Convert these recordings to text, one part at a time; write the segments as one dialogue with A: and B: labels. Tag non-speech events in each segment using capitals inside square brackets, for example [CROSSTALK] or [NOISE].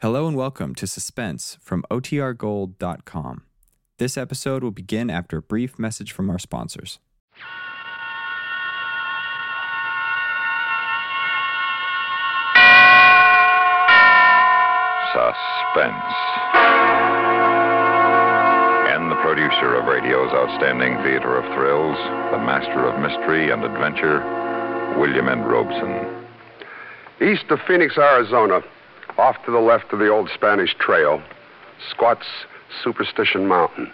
A: Hello and welcome to Suspense from OTRGold.com. This episode will begin after a brief message from our sponsors.
B: Suspense. And the producer of radio's outstanding theater of thrills, the master of mystery and adventure, William N. Robeson.
C: East of Phoenix, Arizona, off to the left of the old Spanish trail, squats Superstition Mountain,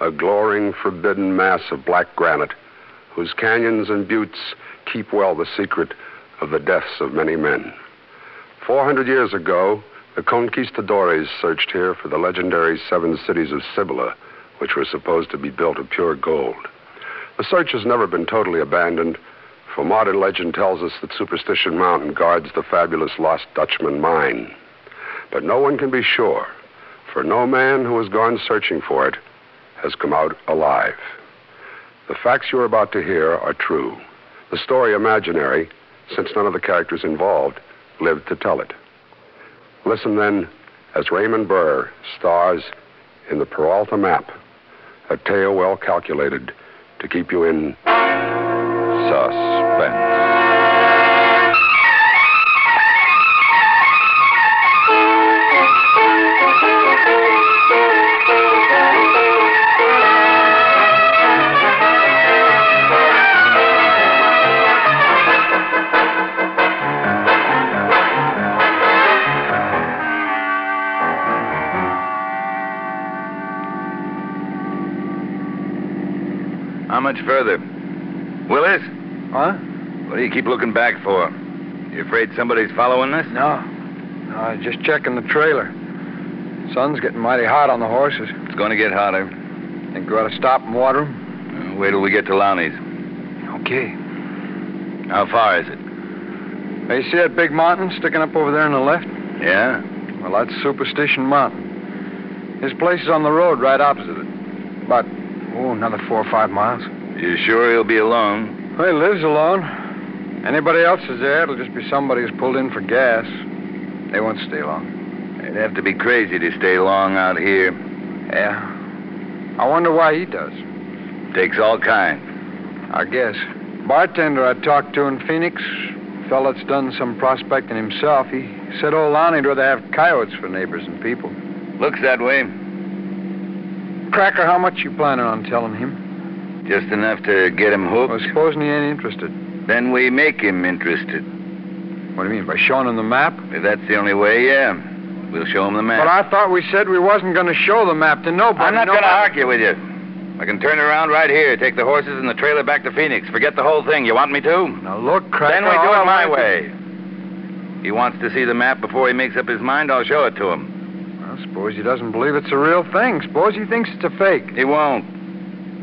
C: a glowering, forbidden mass of black granite whose canyons and buttes keep well the secret of the deaths of many men. 400 years ago, the conquistadores searched here for the legendary seven cities of Cibola, which were supposed to be built of pure gold. The search has never been totally abandoned, for modern legend tells us that Superstition Mountain guards the fabulous lost Dutchman mine. But no one can be sure, for no man who has gone searching for it has come out alive. The facts you are about to hear are true. The story imaginary, since none of the characters involved lived to tell it. Listen then as Raymond Burr stars in the Peralta map, a tale well calculated to keep you in
B: Suspense. How much further? Willis?
D: Huh?
B: What do you keep looking back for? You afraid somebody's following us?
D: No. No, I was just checking the trailer. Sun's getting mighty hot on the horses.
B: It's going to get hotter.
D: Think we ought to stop and water 'em?
B: Uh, Wait till we get to Lowney's.
D: Okay.
B: How far is it?
D: Hey, see that big mountain sticking up over there on the left?
B: Yeah?
D: Well, that's Superstition Mountain. His place is on the road right opposite it. About, oh, another four or five miles.
B: You sure he'll be alone?
D: Well, he lives alone. Anybody else is there, it'll just be somebody who's pulled in for gas. They won't stay long.
B: It'd have to be crazy to stay long out here.
D: Yeah. I wonder why he does.
B: Takes all kinds.
D: I guess. Bartender I talked to in Phoenix, fella that's done some prospecting himself, he said old Lonnie'd rather have coyotes for neighbors and people.
B: Looks that way.
D: Cracker, how much you planning on telling him?
B: Just enough to get him
D: Well,
B: hooked.
D: supposing he ain't interested.
B: Then we make him interested.
D: What do you mean, by showing him the map?
B: If that's the only way, yeah. We'll show him the map.
D: But I thought we said we wasn't going to show the map to nobody.
B: am not
D: no
B: going to
D: matter-
B: argue with you. I can turn around right here, take the horses and the trailer back to Phoenix. Forget the whole thing. You want me to?
D: Now, look, Cracker.
B: Then we do
D: all I
B: it my
D: want to-
B: way. He wants to see the map before he makes up his mind. I'll show it to him.
D: Well, suppose he doesn't believe it's a real thing. Suppose he thinks it's a fake.
B: He won't.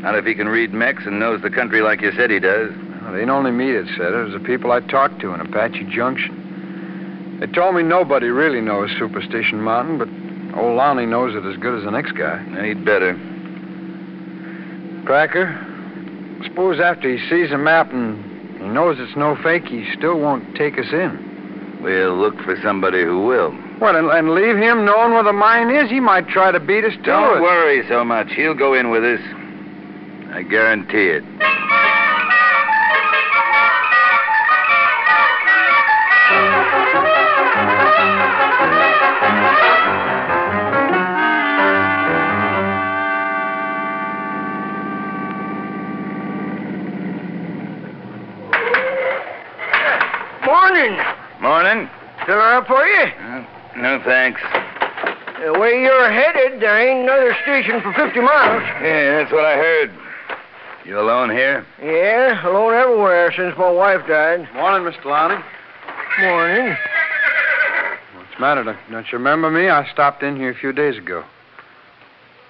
B: Not if he can read Mex and knows the country like you said he does.
D: Well, it ain't only me that said it. It was the people I talked to in Apache Junction. They told me nobody really knows Superstition Mountain, but old Lonnie knows it as good as the next guy.
B: And he'd better.
D: Cracker, suppose after he sees the map and he knows it's no fake, he still won't take us in.
B: We'll look for somebody who will.
D: What, and, and leave him knowing where the mine is? He might try to beat us to
B: Don't
D: it.
B: worry so much. He'll go in with us. I guarantee it.
E: Morning.
B: Morning.
E: Still up for you?
B: Uh, no thanks.
E: The way you're headed, there ain't another station for 50 miles.
B: Yeah, that's what I heard. You alone here?
E: Yeah, alone everywhere since my wife died.
D: Morning, Mr. Lonnie.
E: Morning.
D: What's the matter? Don't, don't you remember me? I stopped in here a few days ago.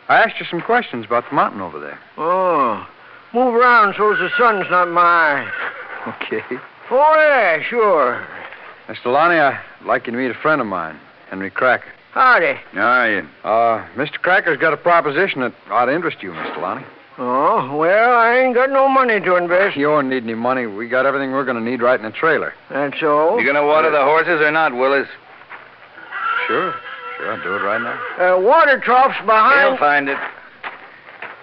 D: I asked you some questions about the mountain over there.
E: Oh. Move around so's the sun's not in my eye.
D: [LAUGHS] Okay.
E: Oh, yeah, sure.
D: Mr. Lonnie, I'd like you to meet a friend of mine, Henry Cracker.
E: Howdy.
B: How are you?
D: Uh, Mr. Cracker's got a proposition that ought to interest you, Mr. Lonnie.
E: Oh, well, I ain't got no money to invest.
D: You won't need any money. We got everything we're going to need right in the trailer.
E: That's all.
B: You gonna water the horses or not, Willis?
D: Sure,
F: Sure, I'll do it right now.
D: Uh, water troughs
B: We'll
D: behind.
B: find it.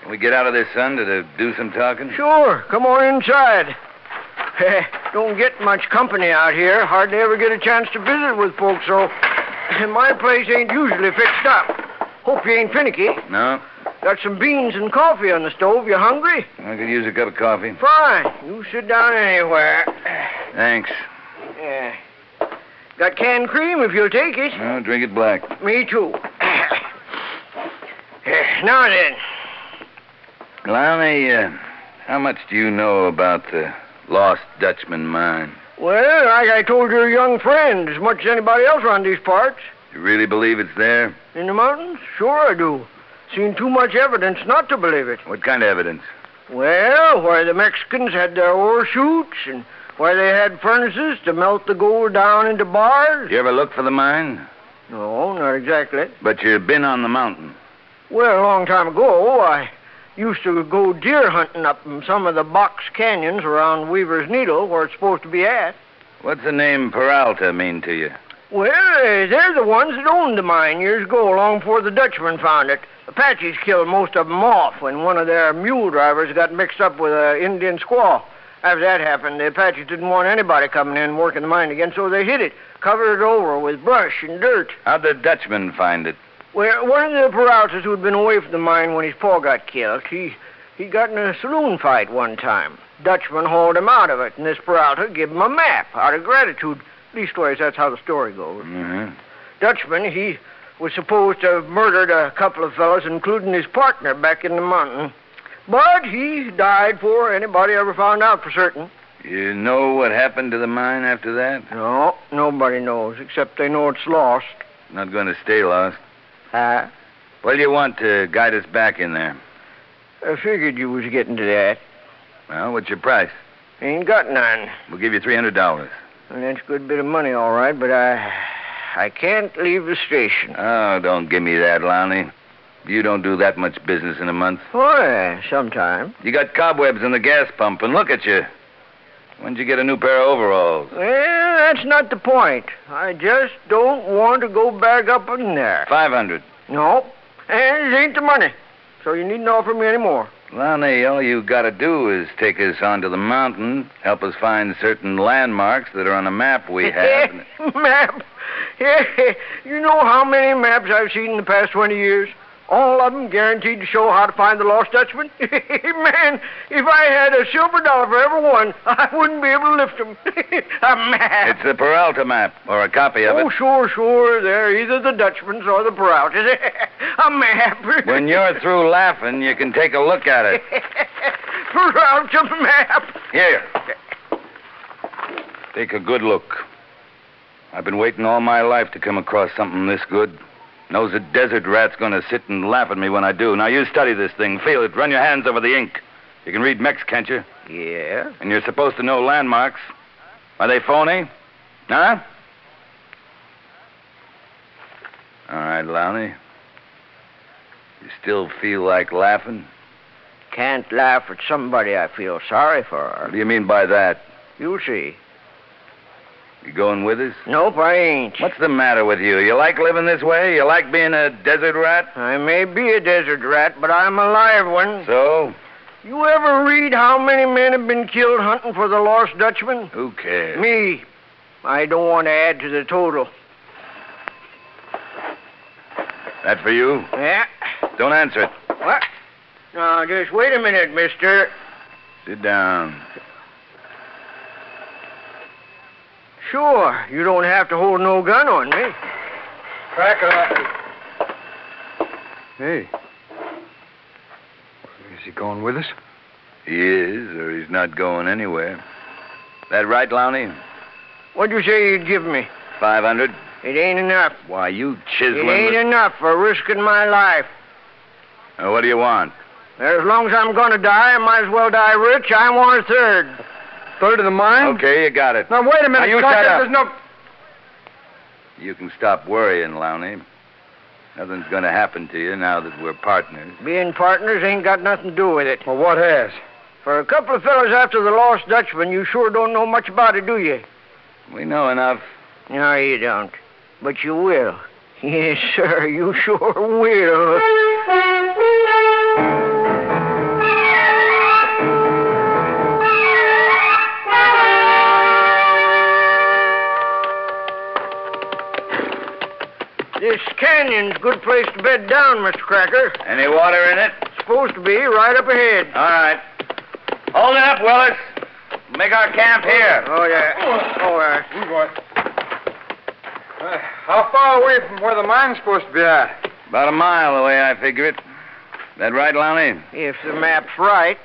B: Can we get out of this sun to, to do some talking?
D: Sure, come on inside. [LAUGHS] Don't get much company out here. Hardly ever get a chance to visit with folks, so [LAUGHS] my place ain't usually fixed up. Hope you ain't finicky.
B: No?
D: Got some beans and coffee on the stove. You hungry?
B: I could use a cup of coffee.
D: Fine. You sit down anywhere.
B: Thanks.
D: Yeah. Got canned cream if you'll take it.
B: No, drink it black.
D: Me too. [COUGHS] Eh, now then,
B: Blimey, uh, how much do you know about the lost Dutchman mine?
D: well, like I told your young friend, as much as anybody else around these parts.
B: You really believe it's there?
D: In the mountains? Sure I do. Seen too much evidence not to believe it.
B: What kind of evidence?
D: Well, where the Mexicans had their ore chutes and where they had furnaces to melt the gold down into bars.
B: You ever look for the mine?
D: No, not exactly.
B: But you've been on the mountain.
D: Well, a long time ago, I used to go deer hunting up in some of the box canyons around Weaver's Needle where it's supposed to be at.
B: What's the name Peralta mean to you?
D: Well, eh, they're the ones that owned the mine years ago, long before the Dutchman found it. Apaches killed most of 'em off when one of their mule drivers got mixed up with an Indian squaw. After that happened, the Apaches didn't want anybody coming in and working the mine again, so they hid it, covered it over with brush and dirt.
B: How'd the Dutchman find it?
D: Well, one of the Peraltas who'd been away from the mine when his paw got killed, he he got in a saloon fight one time. Dutchman hauled him out of it, and this Peralta gave him a map out of gratitude. Leastways, that's how the story goes.
B: Mm-hmm.
D: Dutchman, he was supposed to have murdered a couple of fellows, including his partner back in the mountain. But he died before anybody ever found out for certain.
B: You know what happened to the mine after that?
D: No, nobody knows, except they know it's lost.
B: Not going to stay lost.
D: I,
B: What do you want to guide us back in there?
D: I figured you was getting to that.
B: Well, what's your price?
D: Ain't got none.
B: We'll give you three hundred dollars.
D: And that's a good bit of money, all right, but I... I can't leave the station.
B: Oh, don't give me that, Lonnie. You don't do that much business in a month.
D: Oh, yeah, sometime.
B: You got cobwebs in the gas pump, and look at you. When'd you get a new pair of overalls?
D: Well, that's not the point. I just don't want to go back up in there.
B: Five hundred.
D: No, and it ain't the money. So you needn't offer me any more.
B: Lonnie, all you gotta do is take us onto the mountain, help us find certain landmarks that are on a map
D: [LAUGHS]
B: we have. and-
D: Map? Yeah, you know how many maps I've seen in the past 20 years? All of them guaranteed to show how to find the lost Dutchman? [LAUGHS] Man, if I had a silver dollar for every one, I wouldn't be able to lift them. [LAUGHS] a map.
B: It's the Peralta map, or a copy of it.
D: Oh, sure, sure. They're either the Dutchman's or the Peraltas. [LAUGHS] a map. [LAUGHS]
B: When you're through laughing, you can take a look at it.
D: Peralta map.
B: Here. Take a good look. I've been waiting all my life to come across something this good. Knows a desert rat's gonna sit and laugh at me when I do. Now you study this thing, feel it, run your hands over the ink. You can read Mex, can't you?
D: Yeah.
B: And you're supposed to know landmarks. Are they phony? Huh? All right, Lowney. You still feel like laughing?
D: Can't laugh at somebody I feel sorry
B: What
D: for.
B: do you mean by that?
D: You see.
B: You going with us?
D: Nope, I ain't.
B: What's the matter with you? You like living this way? You like being a desert rat?
D: I may be a desert rat, but I'm a live one.
B: So?
D: You ever read how many men have been killed hunting for the lost Dutchman?
B: Who cares?
D: Me. I don't want to add to the total.
B: That for you?
D: Yeah.
B: Don't answer it.
D: What? Now, just wait a minute, mister.
B: Sit down.
D: Sure, you don't have to hold no gun on me.
F: Crack up. Hey. Is he going with us?
B: He is, or he's not going anywhere. That right, Lowney?
D: What'd you say you'd give me?
B: 500?
D: It ain't enough.
B: Why, you
D: It
B: chiseling.
D: ain't enough for risking my life.
B: Uh, what do you want?
D: As long as I'm going to die, I might as well die rich. I want a third.
F: Third of the mine?
B: Okay, you got it.
F: Now, wait a minute.
B: Now, you
F: Cocker,
B: shut up.
F: There's no...
B: You can stop worrying, Lowney. Nothing's going to happen to you now that we're partners.
D: Being partners ain't got nothing to do with it.
F: Well, what has?
D: For a couple of fellows after the lost Dutchman, you sure don't know much about it, do you?
B: We know enough.
D: No, you don't. But you will. [LAUGHS] Yes, sir, you sure will. This canyon's a good place to bed down, Mr. Cracker.
G: Any water in it?
D: Supposed to be right up ahead.
G: All right. Hold it up, Willis. Make our camp here.
D: Oh, yeah. Oh, uh,
B: You boy. how far away from where the mine's supposed to be at?
G: About a mile the way I figure it. That right, Lonnie?
D: if the map's right.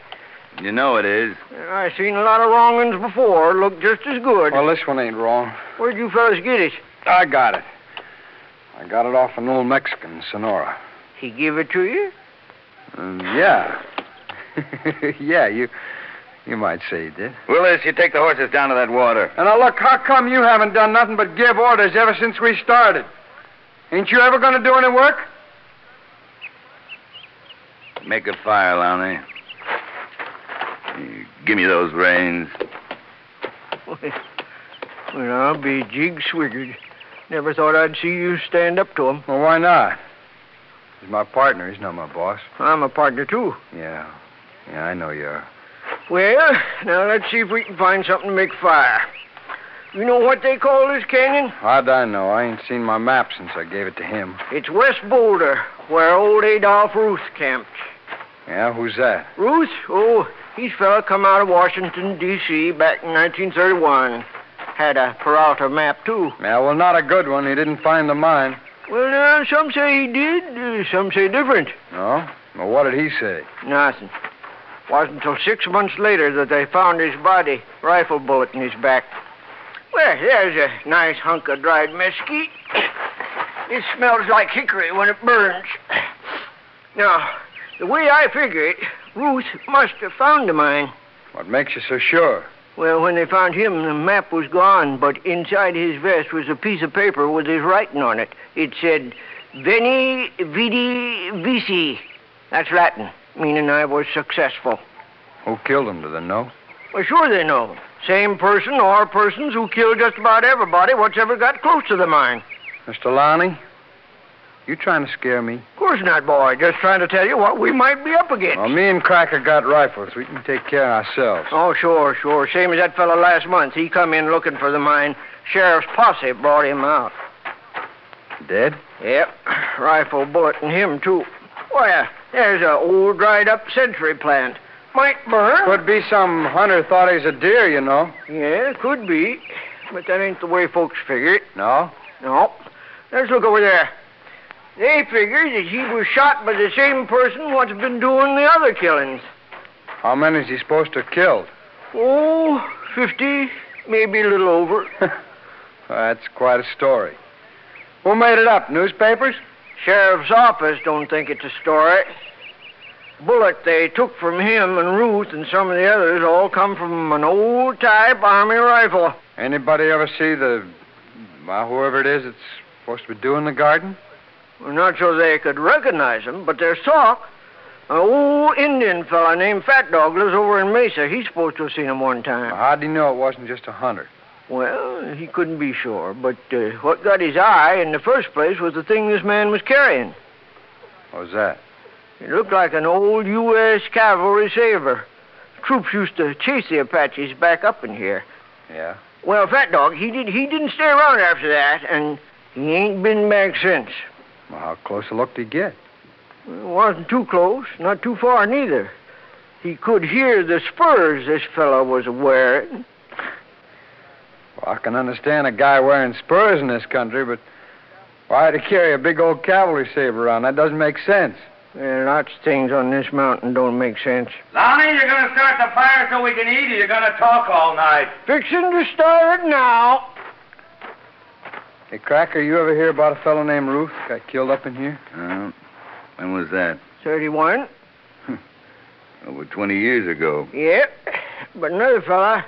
G: You know it is.
D: i seen a lot of wrong uns before. Look just as good.
B: Well, this one ain't wrong.
D: Where'd you fellas get it?
B: I got it. I got it off an old Mexican, Sonora.
D: He give it to you?
G: Mm,
B: Uh, yeah. [LAUGHS] yeah, you you might say you did.
G: Willis, you take the horses down to that water.
B: And now look, how come you haven't done nothing but give orders ever since we started? Ain't you ever gonna do any work?
G: Make a fire, Lonnie. You Give me those reins.
D: well, I'll be jig swiggered. Never thought I'd see you stand up to him.
B: Well, why not? He's my partner, he's not my boss.
D: I'm a partner, too.
B: Yeah. Yeah, I know you are.
D: Well, now let's see if we can find something to make fire. You know what they call this canyon?
B: How'd I know? I ain't seen my map since I gave it to him.
D: It's West Boulder, where old Adolph Ruth camped.
B: Yeah, who's that?
D: Ruth? Oh, he's fella come out of Washington, D.C. back in 1931. Had a Peralta map, too.
B: Yeah, well, not a good one. He didn't find the mine.
D: Well, now, some say he did, uh, some say different.
B: No? Well, what did he say?
D: Nothing. Wasn't until six months later that they found his body, rifle bullet in his back. Well, there's a nice hunk of dried mesquite. [COUGHS] It smells like hickory when it burns. [COUGHS] Now, the way I figure it, Ruth must have found the mine.
B: What makes you so sure?
D: Well, when they found him, the map was gone, but inside his vest was a piece of paper with his writing on it. It said, Veni Vidi Vici. That's Latin, meaning I was successful.
B: Who killed him? Do they know?
D: Well, sure they know. Same person or persons who killed just about everybody what's ever got close to the mine.
B: Mr. Lonnie? You trying to scare me?
D: Of course not, boy. Just trying to tell you what we might be up against.
B: Well, me and Cracker got rifles. We can take care of ourselves.
D: Oh, sure, sure. Same as that fellow last month. He come in looking for the mine. Sheriff's posse brought him out.
G: Oh.
B: Dead?
D: Yep, [CLEARS THROAT] rifle bullet in him, too. Why, there's a old dried-up century plant. Might burn.
B: Could be some hunter thought he's a deer, you know.
D: Yeah, could be. But that ain't the way folks figure it.
B: No?
D: No. Let's look over there. They figure that he was shot by the same person what's been doing the other killings.
B: How many's he supposed to have killed?
D: Oh, fifty, maybe a little over.
B: That's quite a story. Who made it up? Newspapers?
D: Sheriff's office don't think it's a story. Bullet they took from him and Ruth and some of the others all come from an old type army rifle.
B: Anybody ever see the. Well, whoever it is that's supposed to be doing the garden?
D: Well, Not so they could recognize him, but their sock. An old Indian fella named Fat Dog lives over in Mesa. He's supposed to have seen him one time.
B: How'd he know it wasn't just a hunter?
D: Well, he couldn't be sure, but uh, what got his eye in the first place was the thing this man was carrying.
B: What was that?
D: It looked like an old U.S. cavalry saber. Troops used to chase the Apaches back up in here.
B: Yeah.
D: Well, Fat Dog, he did he didn't stay around after that, and he ain't been back since.
B: Well, how close a look did he get?
D: It wasn't too close, not too far neither. He could hear the spurs this fellow was wearing.
B: Well, I can understand a guy wearing spurs in this country, but why to carry a big old cavalry saber around? That doesn't make sense.
D: There are lots of things on this mountain don't make sense.
G: Lonnie, you're going to start the fire so we can eat, or you're going to talk all night.
D: Fixing to start it now.
B: Hey, Cracker, you ever hear about a fellow named Ruth got killed up in here?
G: Uh, when was that?
D: 31?
G: Over 20 years ago.
D: Yep. But another fella,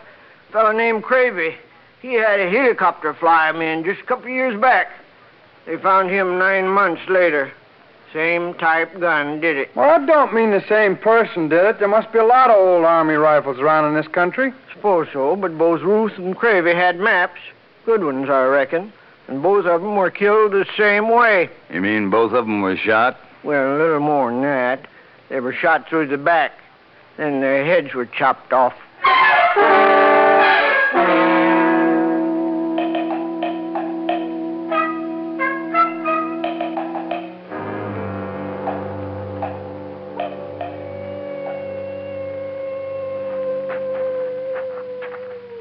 D: fella named Cravey, he had a helicopter fly him in just a couple of years back. They found him nine months later. Same type gun did it.
B: Well, I don't mean the same person did it. There must be a lot of old army rifles around in this country.
D: Suppose so, but both Ruth and Cravey had maps. Good ones, I reckon. and both of them were killed the same way.
G: You mean both of them were shot?
D: Well, a little more than that. They were shot through the back, then their heads were chopped off.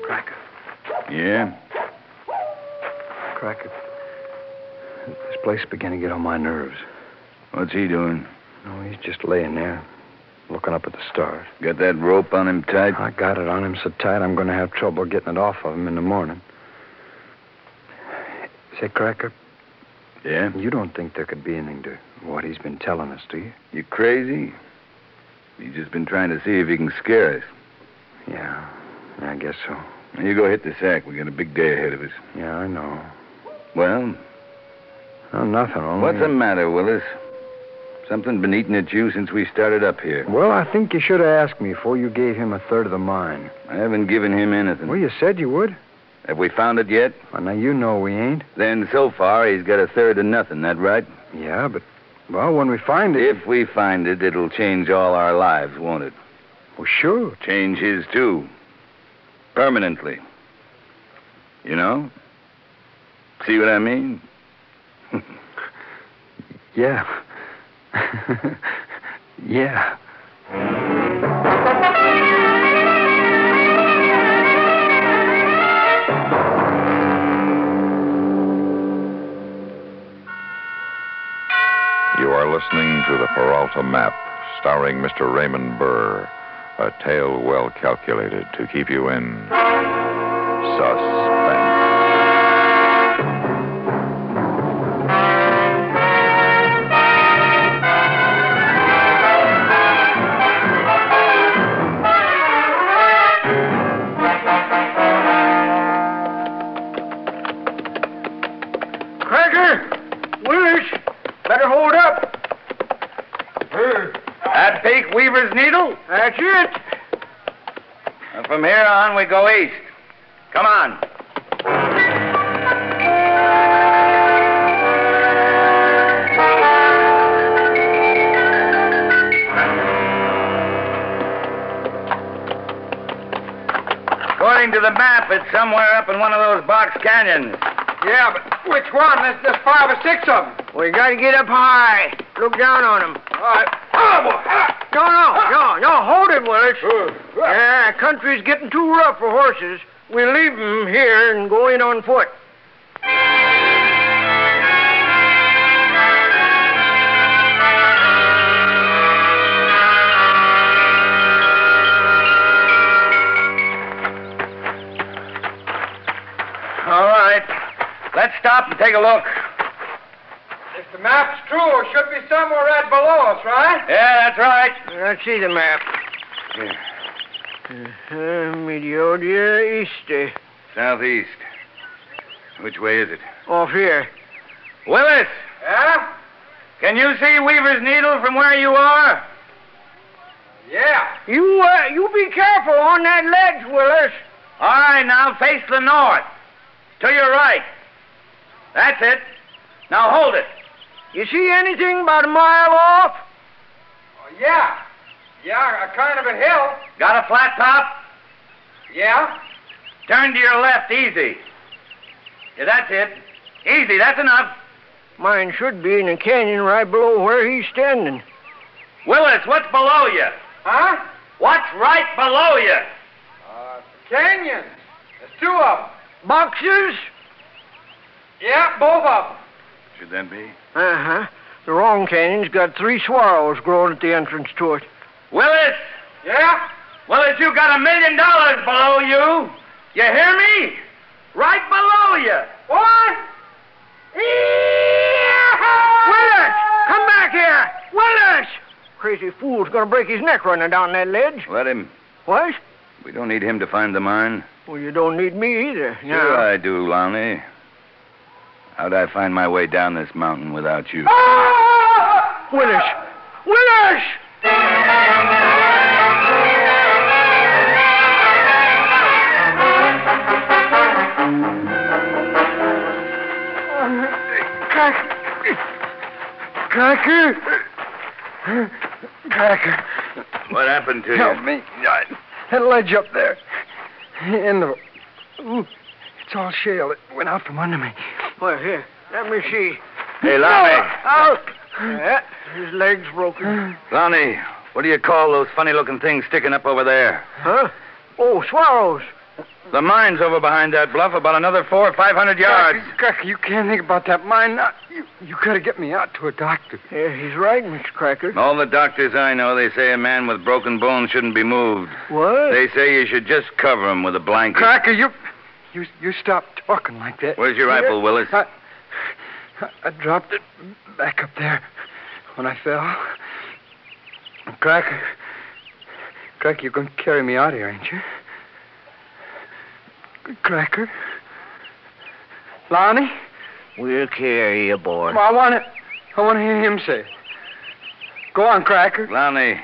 B: Cracker.
G: Yeah.
B: Cracker. This place is beginning to get on my nerves.
G: What's he doing?
B: No, he's just laying there, looking up at the stars.
G: Got that rope on him tight?
B: I got it on him so tight I'm going to have trouble getting it off of him in the morning. Say, Cracker,
G: Yeah.
B: you don't think there could be anything to what he's been telling us, do you?
G: You crazy? He's just been trying to see if he can scare us.
B: Yeah, I guess so.
G: Now, You go hit the sack. We got a big day ahead of us.
B: Yeah, I know.
G: Well,
B: No, nothing. Only...
G: what's the matter, Willis? Something been eating at you since we started up here.
B: Well, I think you should have asked me before you gave him a third of the mine.
G: I haven't given him anything.
B: Well, you said you would.
G: Have we found it yet?
B: Well, now you know we ain't.
G: Then so far he's got a third of nothing. That right?
B: Yeah, but well, when we find it,
G: If we find it, it'll change all our lives, won't it?
B: well, sure.
G: Change his too. Permanently. You know? See what I mean?
B: Yeah. [LAUGHS] yeah.
H: You are listening to The Peralta Map, starring Mr. Raymond Burr, a tale well calculated to keep you in suspense.
D: Cracker! Willis! Better hold up!
G: That fake Weaver's needle?
D: That's it!
G: And from here on, we go east. Come on. According to the map, it's somewhere up in one of those box canyons.
D: Yeah, but which one? There's, there's five or six of them. We gotta get up high. Look down on them. All right. No, no, no, no. Hold it, Willis. Yeah, country's getting too rough for horses. We leave 'em here and go in on foot.
G: All right. Let's stop and take a look.
D: If the map's true, it should be somewhere right below us, right?
G: Yeah, that's right.
D: Let's see the map. Uh, Media Easter.
G: Southeast. Which way is it?
D: Off here.
G: Willis!
D: Yeah?
G: Can you see Weaver's Needle from where you are?
D: Yeah. You, uh, you be careful on that ledge, Willis.
G: All right, now face the north. To your right. That's it. Now hold it.
D: You see anything about a mile off?
B: Oh, Yeah. Yeah, a kind of a hill.
G: Got a flat top?
B: Yeah.
G: Turn to your left easy. Yeah, that's it. Easy, that's enough.
D: Mine should be in a canyon right below where he's standing.
G: Willis, what's below you?
B: Huh?
G: What's right below you?
B: Uh, canyon. There's two of them.
D: Boxes?
B: Yeah, both of them.
G: Should that be?
D: Uh huh. The wrong canyon's got three swallows growing at the entrance to it.
G: Willis!
B: Yeah.
G: Willis, you got a million dollars below you. You hear me? Right below you.
D: What? Willis! Come back here! Willis! Crazy fool's gonna break his neck running down that ledge.
G: Let him.
D: What?
G: We don't need him to find the mine.
D: Well, you don't need me either. No.
G: Sure I do, Lonnie. How'd I find my way down this mountain without you?
D: Willis! Willis!
B: Cracker? Cracker,
G: What happened to
B: help
G: you?
B: me. I- That ledge up there. In the. Ooh, it's all shale. It went out from under me.
D: Well, here, let me see.
G: Hey, Lonnie.
D: Out! Yeah, his leg's broken.
G: Lonnie, what do you call those funny looking things sticking up over there?
D: Huh? Oh, swallows.
G: The mine's over behind that bluff, about another four or five hundred yards.
B: Cracker, Cracker, you can't think about that mine. now. You, you gotta get me out to a doctor.
D: Yeah, he's right, Mr. Cracker.
G: All the doctors I know, they say a man with broken bones shouldn't be moved.
D: What?
G: They say you should just cover him with a blanket.
B: Cracker, you. You, you stop talking like that.
G: Where's your rifle, Willis?
B: I, I- I dropped it back up there when I fell. Cracker, Cracker, you're going to carry me out here, ain't you? Cracker, Lonnie,
D: We'll carry you aboard.
B: I want to, I want to hear him say. it. Go on, Cracker.
G: Lonnie,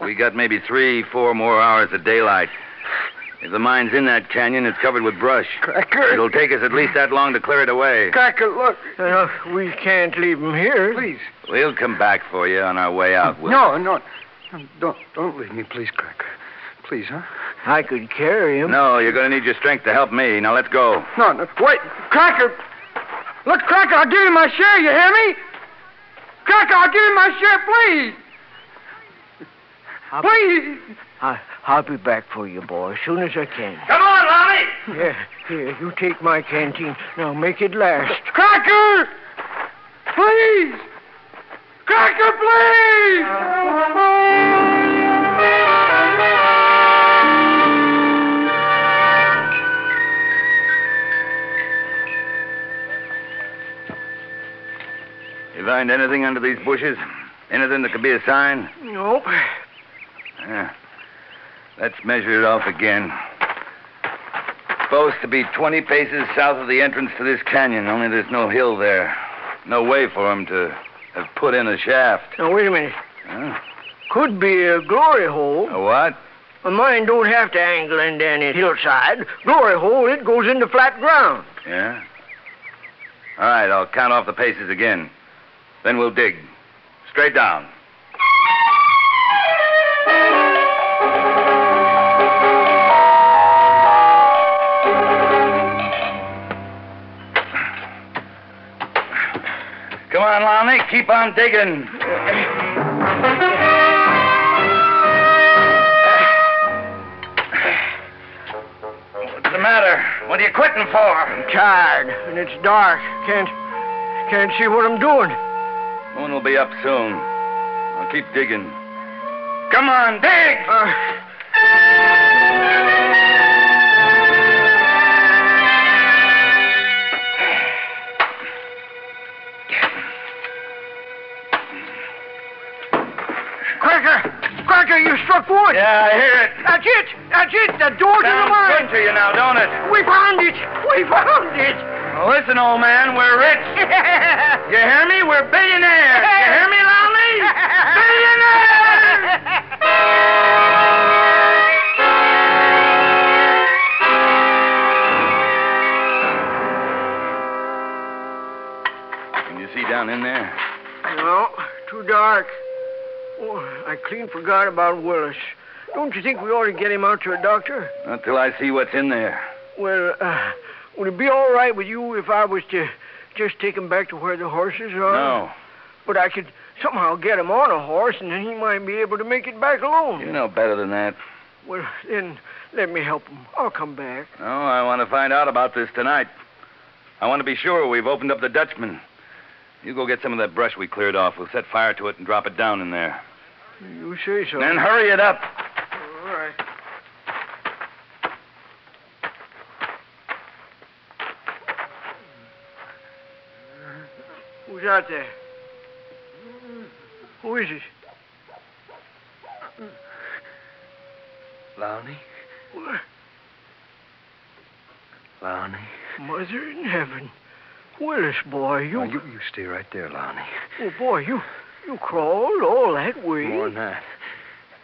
G: we got maybe three, four more hours of daylight. If the mine's in that canyon, it's covered with brush.
B: Cracker,
G: It'll take us at least that long to clear it away.
B: Cracker, look,
D: we can't leave him here.
B: please.
G: We'll come back for you on our way
B: Oh,
G: out, Willis.
B: No, no, no, don't, don't leave me, please, Cracker. Please, huh?
D: I could carry him.
G: No, you're going to need your strength to help me. Now let's go.
B: No, no, wait, Cracker. Look, Cracker, I'll give you my share. You hear me? Cracker, I'll give you my share, please.
D: I'll,
B: Please.
D: I, I'll be back for you, boy, as soon as I can.
G: Come on, Lonnie!
D: Here, here, you take my canteen. Now make it last.
B: Cracker, please. Cracker, please.
G: You find anything under these bushes? Anything that could be a sign?
D: Nope.
G: Yeah. Let's measure it off again. Supposed to be 20 paces south of the entrance to this canyon, only there's no hill there. No way for him to have put in a shaft.
D: Now wait a minute.
G: Huh?
D: Could be a glory hole.
G: A what?
D: A mine don't have to angle into any hillside. Glory hole, it goes into flat ground.
G: Yeah? All right, I'll count off the paces again. Then we'll dig. Straight down. Come on, Lonnie. Keep on digging. What's the matter? What are you quitting for?
D: Tired, and it's dark. Can't, can't see what I'm doing.
G: Moon will be up soon. I'll keep digging. Come on, dig!
D: Uh, Cracker, Cracker, you struck wood.
G: yeah, I hear it.
D: That's it. That's it. The door to the
G: Sounds
D: mine.
G: good to you now, don't it?
D: We found it. We found it.
G: Well, listen, old man, we're rich. You hear me? We're billionaires. You hear me, Lonnie? billionaires! Can you see down in there?
D: No, too dark. Oh, I clean forgot about Willis. Don't you think we ought to get him out to a doctor?
G: Not till I see what's in there.
D: Well, uh, would it be all right with you if I was to just take him back to where the horses are?
G: No.
D: But I could somehow get him on a horse, and then he might be able to make it back alone.
G: You know better than that.
D: Well, then let me help him. I'll come back.
G: No, I want to find out about this tonight. I want to be sure we've opened up the Dutchman. You go get some of that brush we cleared off. We'll set fire to it and drop it down in there.
D: You say so.
G: Then hurry it up.
D: All right. Who's out there? Who is it?
B: Lonnie, Lonnie.
D: Mother in heaven. Willis, boy, you...
B: Oh, you, you stay right there, Lonnie.
D: Oh, boy, you... You crawled all that way.
B: More than that.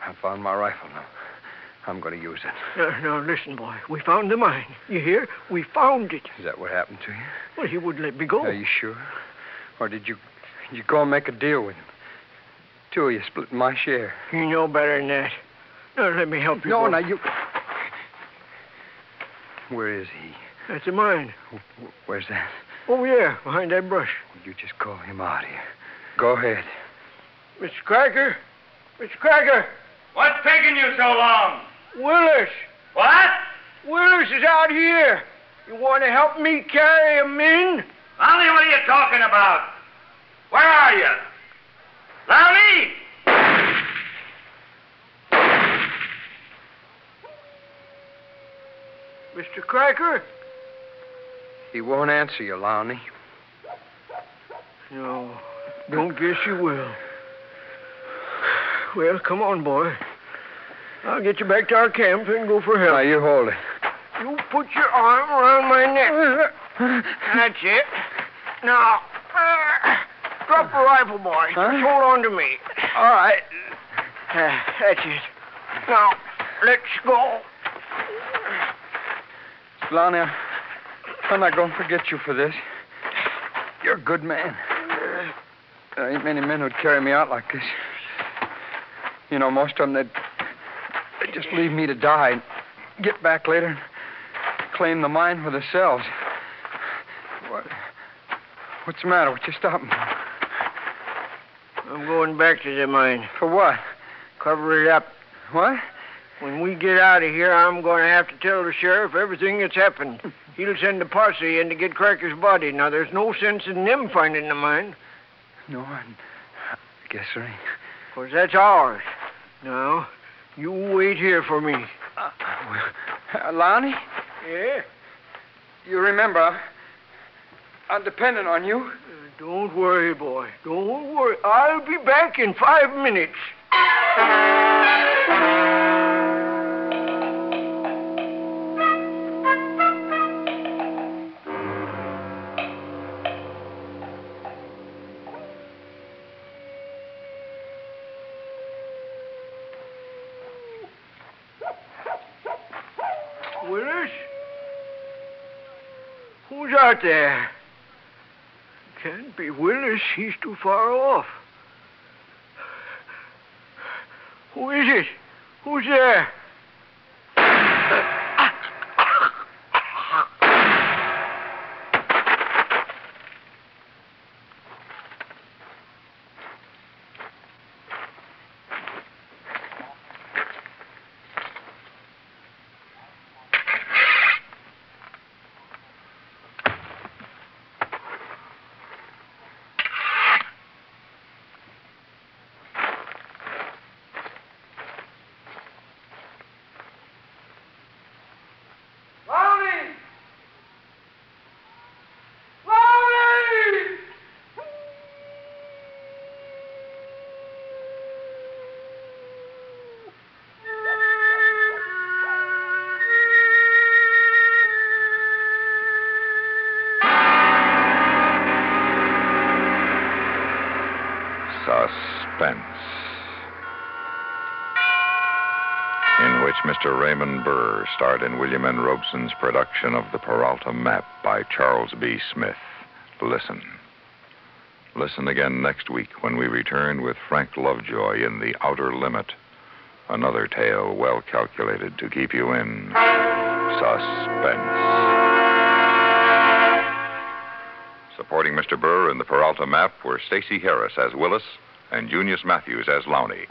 B: I found my rifle now. I'm going to use it.
D: Now, now, listen, boy. We found the mine. You hear? We found it.
B: Is that what happened to you? Oh.
D: Well, he wouldn't let me go.
B: Are you sure? Or did you you go and make a deal with him? Two of you split my share.
D: You know better than that. Now, let me help you.
B: No,
D: both.
B: now you. Where is he?
D: That's a mine.
B: Wh- Where's that?
D: Over there, behind that brush.
B: You just call him out here. Go ahead.
D: Mr. Cracker? Mr. Cracker!
G: What's taking you so long?
D: Willis!
G: What?
D: Willis is out here! You want to help me carry him in?
G: Lonnie, what are you talking about? Where are you? Lonnie!
D: Mr. Cracker?
B: He won't answer you, Lowney.
D: No, don't guess you will. Well, come on, boy. I'll get you back to our camp and go for
B: Now,
D: help.
B: you hold it.
D: You put your arm around my neck. [LAUGHS] That's it. Now, uh, drop the rifle, boy.
B: Huh?
D: Just hold on to me.
B: All right.
D: Uh, that's it. Now, let's go.
B: Lonnie, I- I'm not going to forget you for this. You're a good man. There ain't many men who'd carry me out like this. You know, most of them, they'd, they'd just leave me to die and get back later and claim the mine for themselves. What, what's the matter? What you stopping for?
D: I'm going back to the mine.
B: For what?
D: Cover it up.
B: What?
D: When we get out of here, I'm going to have to tell the sheriff everything that's happened. He'll send a posse in to get Cracker's body. Now, there's no sense in them finding the mine.
B: No, I, I guess there ain't.
D: 'Course that's ours. Now, you wait here for me.
B: Uh, well, uh, Lonnie,
D: Yeah?
B: you remember, I'm- I'm dependent on you.
D: Don't worry, boy. Don't worry. I'll be back in five minutes. Willis? Who's out there? Can't be Willis. He's too far off. Who is it? Who's there? Lonnie! Lonnie!
H: Suspense. In which Mr. Raymond Burr starred in William N. Robeson's production of The Peralta Map by Charles B. Smith. Listen. Listen again next week when we return with Frank Lovejoy in The Outer Limit, another tale well calculated to keep you in suspense. Supporting Mr. Burr in the Peralta map were Stacy Harris as Willis and Junius Matthews as Lowney.